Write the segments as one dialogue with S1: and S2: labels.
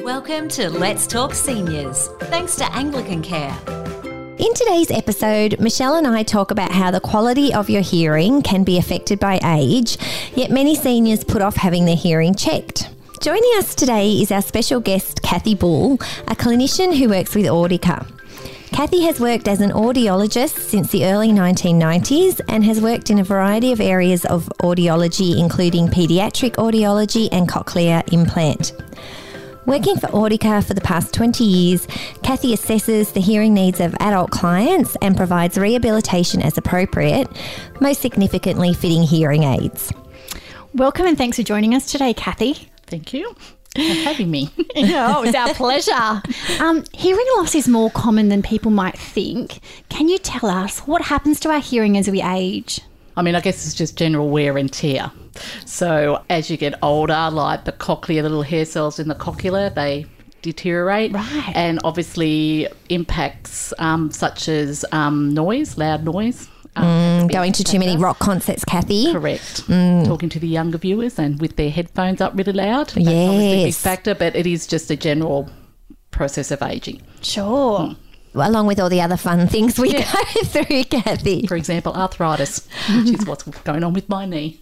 S1: Welcome to Let's Talk Seniors, thanks to Anglican Care.
S2: In today's episode, Michelle and I talk about how the quality of your hearing can be affected by age, yet many seniors put off having their hearing checked. Joining us today is our special guest, Kathy Bull, a clinician who works with Audica. Kathy has worked as an audiologist since the early 1990s and has worked in a variety of areas of audiology, including pediatric audiology and cochlear implant. Working for Audica for the past 20 years, Kathy assesses the hearing needs of adult clients and provides rehabilitation as appropriate, most significantly, fitting hearing aids.
S3: Welcome and thanks for joining us today, Kathy.
S4: Thank you for having me.
S3: oh, it's our pleasure. Um, hearing loss is more common than people might think. Can you tell us what happens to our hearing as we age?
S4: I mean, I guess it's just general wear and tear. So as you get older, like the cochlea, the little hair cells in the cochlea, they deteriorate
S3: Right.
S4: and obviously impacts um, such as um, noise loud noise um,
S2: Going to too many rock concerts, Kathy.
S4: Correct. Talking to the younger viewers and with their headphones up really loud. That's obviously a big
S2: Yes.
S4: factor, but it is just a general process of aging.
S3: Sure.
S2: Along with all the other fun things we go through, Kathy.
S4: For example, arthritis, which is what's going on with my knee.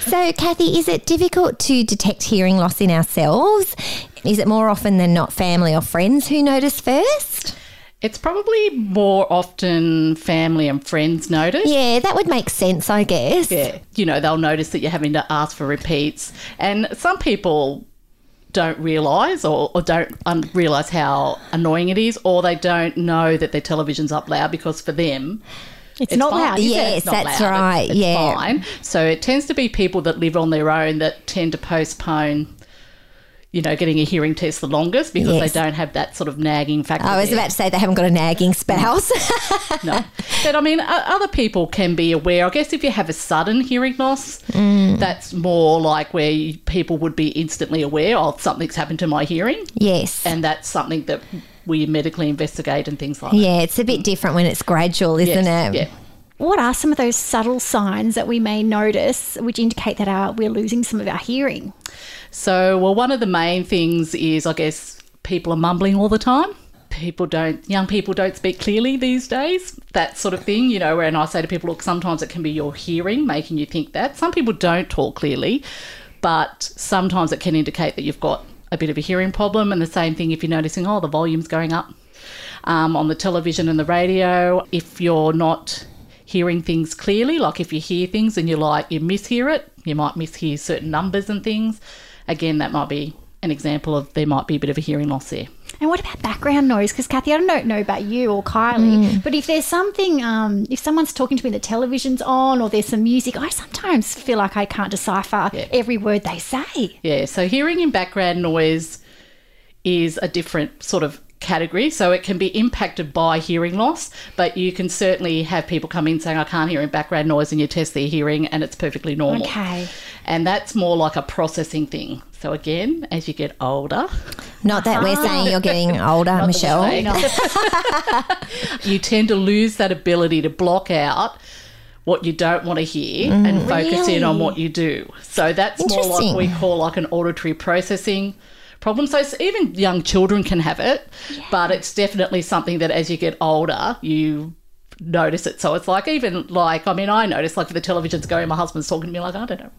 S2: So, Kathy, is it difficult to detect hearing loss in ourselves? Is it more often than not family or friends who notice first?
S4: It's probably more often family and friends notice.
S2: Yeah, that would make sense, I guess.
S4: Yeah. You know, they'll notice that you're having to ask for repeats. And some people don't realise or, or don't un- realise how annoying it is, or they don't know that their television's up loud because for them,
S3: It's, not
S4: fine,
S3: loud.
S4: is it?
S2: Yes,
S4: It's not
S2: that's
S4: loud. It's-
S2: right.
S4: it's
S2: Yeah.
S4: fine. So it tends to be people that live on their own that tend to postpone. You know, getting a hearing test the longest because
S2: Yes. Oh,
S4: they don't have that sort of nagging factor.
S2: I was
S4: there.
S2: about to say they haven't got a nagging spouse.
S4: no. But I mean, o- other people can be aware. I guess if you have a sudden hearing loss,
S2: Mm.
S4: that's more like where you, people would be instantly aware, oh, something's happened to my hearing.
S2: yes.
S4: And that's something that we medically investigate and things like
S2: Yeah, it's a bit different when it's gradual,
S4: that.
S2: isn't it?
S4: Yes, Yeah.
S3: What are some of those subtle signs that we may notice which indicate that our, we're losing some of our hearing?
S4: So, well, one of the main things is, I guess, people are mumbling all the time. People don't, young people don't speak clearly these days, that sort of thing, you know. And I say to people, look, sometimes it can be your hearing making you think that. Some people don't talk clearly, but sometimes it can indicate that you've got a bit of a hearing problem. And the same thing if you're noticing, oh, the volume's going up um, on the television and the radio. If you're not hearing things clearly, like if you hear things and you're like, you mishear it, you might mishear certain numbers and things. Again, that might be an example of there might be a bit of a hearing loss there.
S3: And what about background noise? Because Kathy, I don't know about you or Kylie, but if there's something, um, if someone's talking to me, and the television's on, or there's some music, I sometimes feel like I can't decipher every word they say.
S4: Yeah, so hearing in background noise is a different sort of category. So it can be impacted by hearing loss, but you can certainly have people come in saying, I can't hear in background noise, and you test their hearing, and it's perfectly normal.
S3: Okay.
S4: And that's more like a processing thing. So again, as you get older,
S2: Not that
S3: Uh-huh.
S2: we're saying you're getting older, Michelle.
S4: you tend to lose that ability to block out what you don't want to hear and focus in on what you do. So that's more like we
S2: Interesting.
S4: call like an auditory processing problem. So it's- even young children can have it, but it's definitely something that as you get older, you notice it. So it's like even like I mean I notice like if the television's going, my husband's talking to me like I don't know,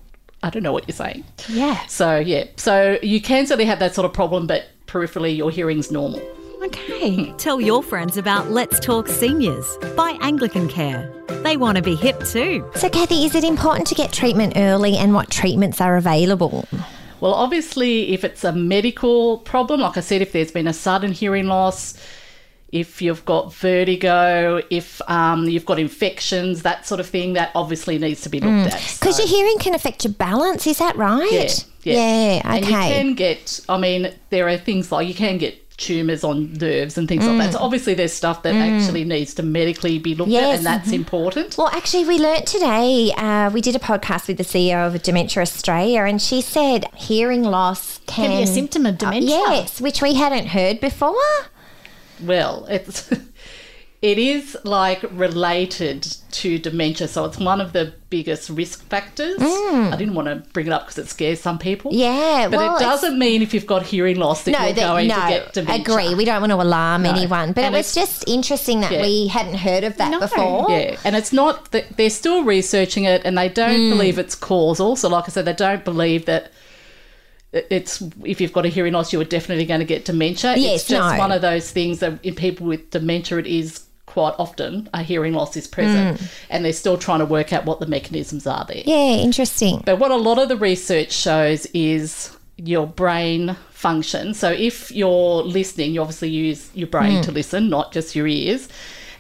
S4: I don't know what you're saying.
S3: Yeah.
S4: So yeah, so you can certainly have that sort of problem, but peripherally your hearing's normal.
S3: Okay.
S1: Tell your friends about Let's Talk Seniors by Anglican Care. They want to be hip too.
S2: So, Kathy, is it important to get treatment early and what treatments are available?
S4: Well, obviously, if it's a medical problem, like I said, if there's been a sudden hearing loss, if you've got vertigo, if um, you've got infections, that sort of thing, that obviously needs to be looked at.
S2: Because your hearing can affect your balance, is that right?
S4: Yeah, yeah.
S2: Yeah,
S4: And you
S2: okay.
S4: can get, I mean, there are things like you can get tumours on nerves and things like that. So obviously, there's stuff that actually needs to medically be looked at,
S2: Yes.
S4: and that's important.
S2: Well, actually, we learnt today. Uh, we did a podcast with the CEO of Dementia Australia, and she said hearing loss can, uh,
S3: Can be a symptom of dementia.
S2: Yes, which we hadn't heard before.
S4: Well, it's It is like related to dementia, so it's one of the biggest risk factors. I didn't want to bring it up because it scares some people.
S2: Mm. Yeah,
S4: but
S2: well,
S4: it
S2: it's-
S4: doesn't mean if you've got hearing loss that you're going to get dementia.
S2: agree. We don't want to alarm anyone, but
S4: And
S2: it was just interesting that
S4: Yeah.
S2: we hadn't heard of that
S3: No.
S2: before.
S4: Yeah, and it's not that they're still researching it, and they don't
S2: Hmm.
S4: believe it's causal. So, like I said, they don't believe that it- it's if you've got a hearing loss, you are definitely going to get dementia.
S2: Yes,
S4: it's just
S2: no.
S4: one of those things that in people with dementia, it is quite often a hearing loss is
S2: Hmm.
S4: present, and they're still trying to work out what the mechanisms are there.
S2: Yeah, interesting.
S4: But what a lot of the research shows is your brain function. So if you're listening, you obviously use your brain to listen, not just your ears.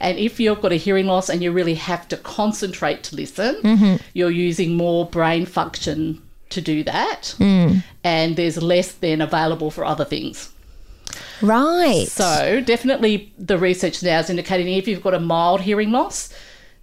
S4: And if you've got a hearing loss and you really have to concentrate to listen, you're using more brain function to do that. And there's less then available for other things.
S2: Right.
S4: So definitely the research now is indicating if you've got a mild hearing loss,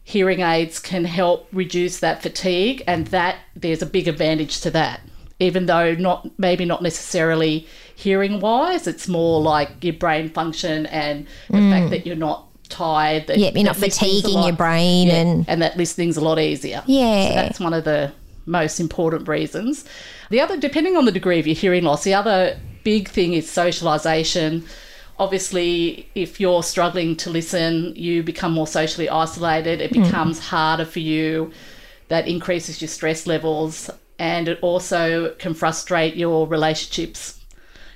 S4: hearing aids can help reduce that fatigue and that there's a big advantage to that. Even though not maybe not necessarily hearing wise, it's more like your brain function and the fact that you're not tired. That,
S2: Yep, Mm. you're
S4: that
S2: not
S4: listening's a
S2: fatiguing
S4: lot-
S2: your brain and-
S4: and that listening's a lot easier.
S2: Yeah.
S4: So that's one of the most important reasons. The other, depending on the degree of your hearing loss, the other big thing is socialization. Obviously, if you're struggling to listen, you become more socially isolated, it becomes harder for you, that increases your stress levels, and it also can frustrate your relationships.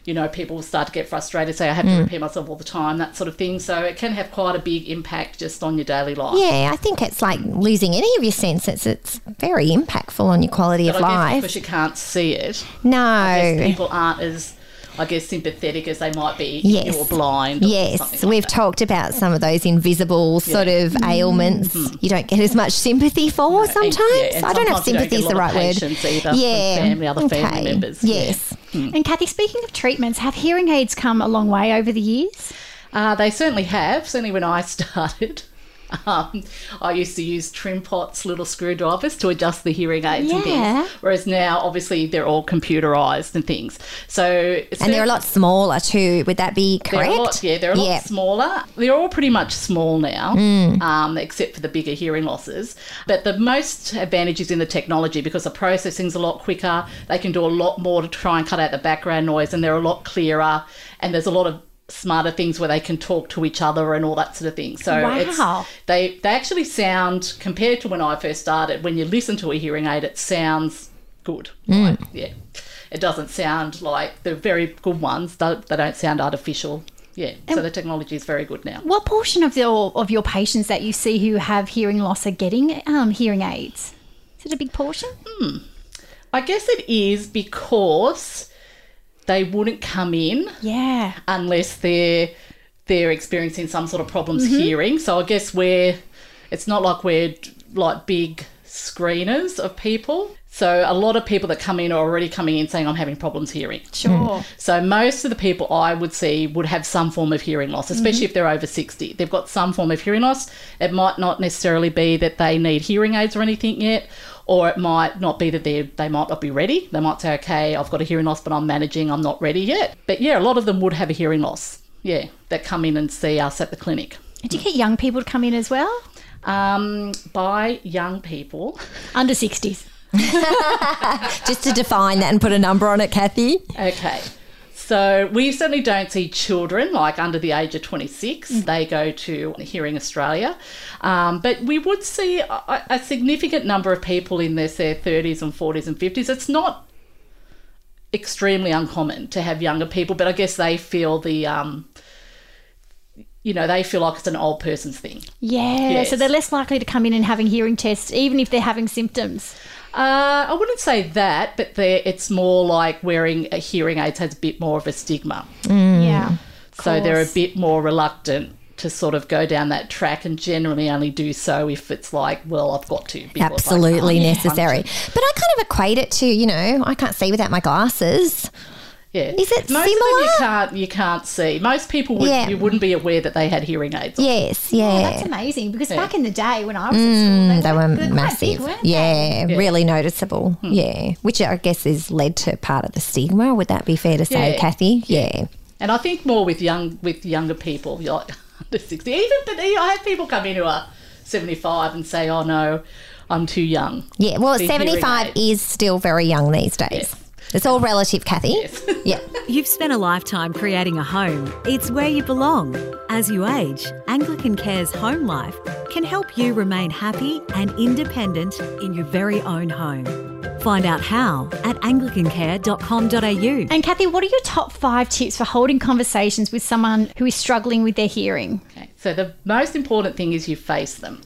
S4: You know, people start to get frustrated, say, I have to repeat myself all the time, that sort of thing. So it can have quite a big impact just on your daily life.
S2: yeah, I think it's like losing any of your senses. It's very impactful on your quality of
S4: But I guess
S2: life.
S4: because you can't see it, guess
S2: No.
S4: people aren't as, I guess, sympathetic as they might be
S2: Yes.
S4: if you're blind. Or
S2: Yes,
S4: something like Mm-hmm.
S2: we've talked about some of those invisible sort of ailments you don't get as much sympathy for
S4: and-
S2: sometimes.
S4: yeah, and
S2: I don't know if
S4: sometimes you don't
S2: sympathy is
S4: get
S2: the
S4: a lot
S2: right
S4: of
S2: word.
S4: patience either from family- other family members. Yeah.
S2: Yes.
S3: And Kathy, speaking of treatments, have hearing aids come a long way over the years?
S4: that. Uh, they certainly have, certainly when I started. Um, I used to use trim pots, little screwdrivers to adjust the hearing aids and
S3: Yeah.
S4: things. Whereas now, obviously, they're all computerized and things. So,
S2: And they're a lot smaller too. Would that be correct?
S4: They're a lot, yeah, they're a lot
S2: Yeah. Mm.
S4: smaller. They're all pretty much small now, um, except for the bigger hearing losses. But the most advantage is in the technology because the processing's a lot quicker. They can do a lot more to try and cut out the background noise, and they're a lot clearer. And there's a lot of smarter things where they can talk to each other and all that sort of thing. So
S3: Wow.
S4: it's, they they actually sound compared to when I first started. When you listen to a hearing aid, it sounds good. Like, yeah, it doesn't sound like the very good ones. don't- They don't sound artificial. Yeah, so the technology is very good now.
S3: What portion of your of your patients that you see who have hearing loss are getting um, hearing aids? Is it a big portion?
S4: I guess it is because they wouldn't come in
S3: Yeah.
S4: unless they're they're experiencing some sort of problems hearing. So I guess we're it's not like we're like big screeners of people. So a lot of people that come in are already coming in saying I'm having problems hearing.
S3: Sure.
S4: So most of the people I would see would have some form of hearing loss, especially if they're over 60. They've got some form of hearing loss. It might not necessarily be that they need hearing aids or anything yet, or it might not be that they they might not be ready. They might say, "Okay, I've got a hearing loss, but I'm managing. I'm not ready yet." But yeah, a lot of them would have a hearing loss. Yeah, that come in and see us at the clinic.
S3: Do you get young people to come in as well?
S4: Um, by young people,
S3: Under 60s.
S2: Just to define that and put a number on it, Kathy.
S4: Okay. So we certainly don't see children like under the age of 26. They go to Hearing Australia. Um, but we would see a, a significant number of people in this, their 30s and 40s and 50s. It's not extremely uncommon to have younger people, but I guess they feel the, um, you know, they feel like it's an old person's thing.
S3: Yeah. So
S4: Yes.
S3: they're less likely to come in and having hearing tests, even if they're having symptoms.
S4: Uh, I wouldn't say that, but they're- it's more like wearing a hearing aids has a bit more of a stigma.
S3: Yeah.
S4: Hmm. So they're a
S3: course.
S4: bit more reluctant to sort of go down that track and generally only do so if it's like, well, I've got to. because I
S2: Absolutely
S4: can't
S2: necessary.
S4: function.
S2: But I kind of equate it to, you know, I can't see without my glasses.
S4: Oh. Yeah.
S2: Is it
S4: Most of them
S2: similar?
S4: you can't, you can't see. Most people, would,
S2: Yeah.
S4: you wouldn't be aware that they had hearing aids. on.
S2: Yes,
S3: Oh,
S2: yeah. Mm,
S3: that's amazing because
S4: Yeah. Hmm.
S3: back in the day when I was in school,
S2: they were
S3: quite big,
S2: massive.
S3: weren't they?
S2: yeah, really noticeable.
S4: Hmm.
S2: Yeah. Which I guess is led to part of the stigma. Would that be fair to say,
S4: Yeah.
S2: Kathy? Yeah.
S4: And I think more with young with younger people. You're like, under 60. Even, but you know, I have people come in who are 75 and say, oh no, I'm too young.
S2: Yeah, well,
S4: The hearing
S2: 75
S4: aid.
S2: is still very young these days. It's all relative, Kathy. Yeah.
S1: You've spent a lifetime creating a home. It's where you belong. As you age, Anglican Care's home life can help you remain happy and independent in your very own home. Find out how at anglicancare.com.au.
S3: And Kathy, what are your top five tips for holding conversations with someone who is struggling with their hearing?
S4: Okay. So the most important thing is you face them.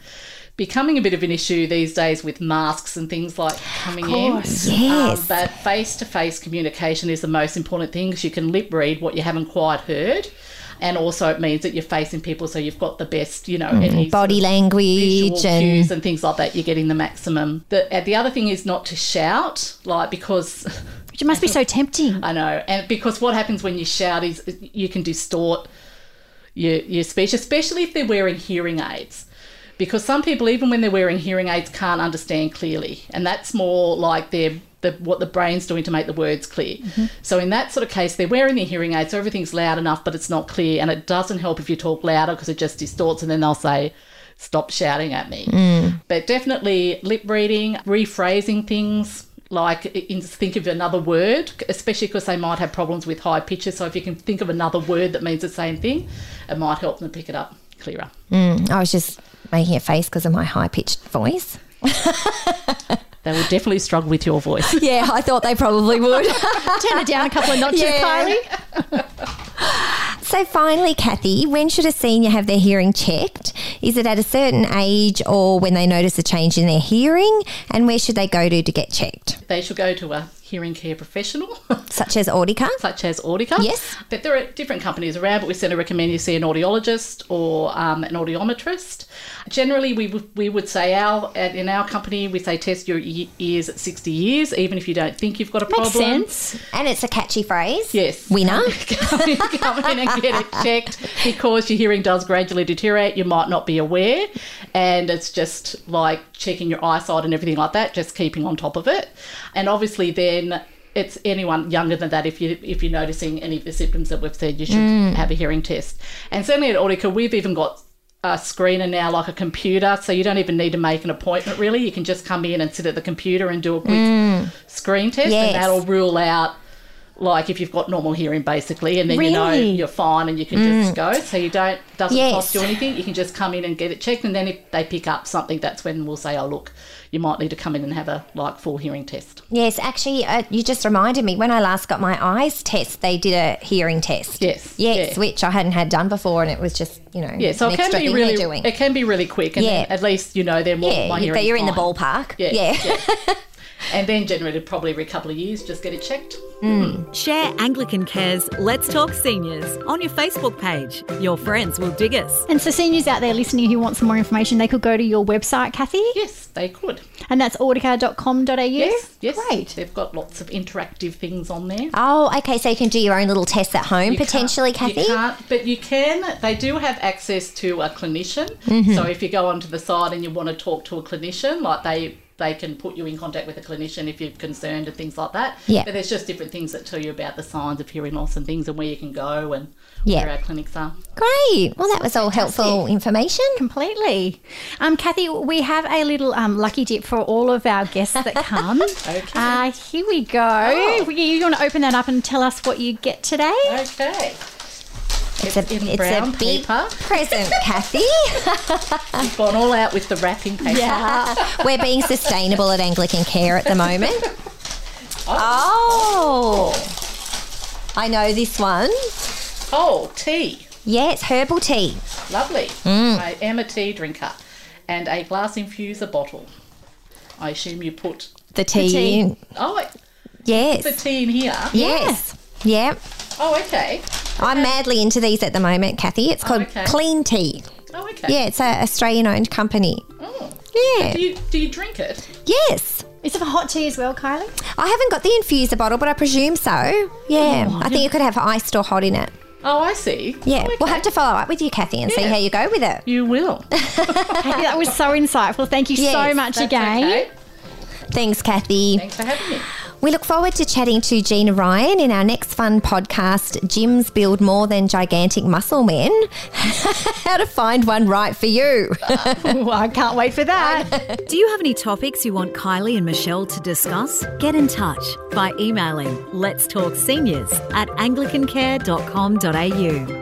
S4: Becoming a bit of an issue these days with masks and things like coming
S3: course,
S4: in. Um,
S2: yes.
S4: but face to face communication is the most important thing because you can lip read what you haven't quite heard. And also, it means that you're facing people, so you've got the best, you know, any
S2: Mm. Body
S4: visual
S2: language and
S4: cues and things like that. You're getting the maximum. The, and the other thing is not to shout, like because
S3: Which must be so tempting.
S4: I know, and because what happens when you shout is you can distort your your speech, especially if they're wearing hearing aids. Because some people, even when they're wearing hearing aids, can't understand clearly, and that's more like their the, what the brain's doing to make the words clear. So in that sort of case, they're wearing their hearing aids, so everything's loud enough, but it's not clear, and it doesn't help if you talk louder because it just distorts, and then they'll say, "Stop shouting at me." But definitely lip reading, rephrasing things, like in, think of another word, especially because they might have problems with high pitches. So if you can think of another word that means the same thing, it might help them pick it up clearer.
S2: I was just making a face because of my high pitched voice.
S4: They will definitely struggle with your voice.
S2: Yeah, I thought they probably would.
S3: Turn it down a couple of notches,
S2: Yeah.
S3: Kylie.
S2: so, finally, Kathy, when should a senior have their hearing checked? Is it at a certain age or when they notice a change in their hearing? And where should they go to to get checked?
S4: they should go to a hearing care professional.
S2: Such as Audica?
S4: such as Audica.
S2: Yes.
S4: But there are different companies around, but we certainly recommend you see an audiologist or um, an audiometrist. Generally, we, w- we would say our at- in our company, we say test your e- ears at 60 years, even if you don't think you've got a
S3: Makes
S4: problem.
S3: sense.
S2: And it's a catchy phrase.
S4: Yes.
S2: Winner.
S4: come in come in and get it checked because your hearing does gradually deteriorate. You might not be aware, and it's just like checking your eyesight and everything like that. Just keeping on top of it, and obviously then. It's anyone younger than that. If you if you're noticing any of the symptoms that we've said, you should have a hearing test. And certainly at Audica, we've even got a screener now, like a computer, so you don't even need to make an appointment. Really, you can just come in and sit at the computer and do a quick screen test,
S2: Yes.
S4: and that'll rule out like if you've got normal hearing basically and then you know
S3: Really?
S4: you're fine and you can just go so you don't doesn't
S2: Mm. Yes.
S4: cost you anything you can just come in and get it checked and then if they pick up something that's when we'll say oh look you might need to come in and have a like full hearing test
S2: Yes, actually, uh, you just reminded me when I last got my eyes test, they did a hearing test.
S4: Yes,
S2: Yes,
S4: yeah.
S2: which I hadn't had done before, and it was just, you know,
S4: yeah so
S2: an
S4: it can
S2: extra
S4: be
S2: thing
S4: really
S2: they're doing.
S4: it can be really quick and
S2: Yeah.
S4: then at least you know they're more
S2: yeah,
S4: my
S2: you-
S4: hearing
S2: but you're in the
S4: fine.
S2: ballpark.
S4: Yeah,
S2: yeah.
S4: and then generally probably every couple of years just get it checked
S1: Share Anglican Care's Let's Talk Seniors on your Facebook page. Your friends will dig us.
S3: And so, seniors out there listening who want some more information, they could go to your website, Kathy,
S4: yes they could
S3: and that's audica.com.au.
S4: yes yes
S3: Great.
S4: they've got lots of interactive things on there
S2: Oh, okay. So you can do your own little tests at home,
S4: You can't-
S2: potentially,
S4: You
S2: Kathy.
S4: can't, but you can. They do have access to a clinician.
S2: Mm-hmm.
S4: So if you go onto the side and you want to talk to a clinician, like they they can put you in contact with a clinician if you're concerned and things like that.
S2: Yeah.
S4: But there's just different things that tell you about the signs of hearing loss and things and where you can go and
S2: Yeah.
S4: where our clinics are.
S2: Great. Well, that was all helpful information.
S3: Completely. Um, Kathy, we have a little um, lucky dip for all of our guests that come. okay. Uh, here we go.
S4: Oh.
S3: You, you want to open that up and tell us what you get today?
S4: Okay.
S2: It's a,
S4: in
S2: it's
S4: brown
S2: a big Ah.
S4: paper.
S2: present, Kathy.
S4: We've gone all out with the wrapping paper.
S2: We're being sustainable at Anglican Care at the moment. Oh. I know this one.
S4: Oh, tea.
S2: Yeah, it's herbal tea.
S4: Lovely.
S2: Mm.
S4: I am a tea drinker. And a glass infuser bottle. I assume you put
S2: The tea.
S3: tea.
S2: in-
S4: Oh, wait,
S2: Yes.
S4: the tea in here.
S2: Yes. Yeah.
S4: Oh, okay.
S2: I'm madly into these at the moment, Kathy. It's called
S4: okay.
S2: Clean Tea.
S4: Oh, okay.
S2: Yeah, it's an Australian owned company.
S4: Oh.
S2: Yeah.
S4: Do you do you drink it?
S2: Yes.
S3: It's for hot tea as well, Kylie.
S2: I haven't got the infuser bottle, but I presume so. Yeah. I think you could have iced or hot in it.
S4: Oh, I see.
S2: Yeah.
S4: Oh,
S2: We'll
S4: okay.
S2: have to follow up with you, Kathy, and see
S4: Yeah.
S2: how you go with it.
S4: You will.
S3: Kathy, that was so insightful. Thank you
S2: Yes,
S3: so much
S4: That's
S3: again.
S4: okay.
S2: Thanks, Kathy.
S4: Thanks for having me.
S2: We look forward to chatting to Gina Ryan in our next fun podcast, Gyms Build More Than Gigantic Muscle Men How to Find One Right for You.
S3: Well, I can't wait for that.
S1: Do you have any topics you want Kylie and Michelle to discuss? Get in touch by emailing let's talk seniors at anglicancare.com.au.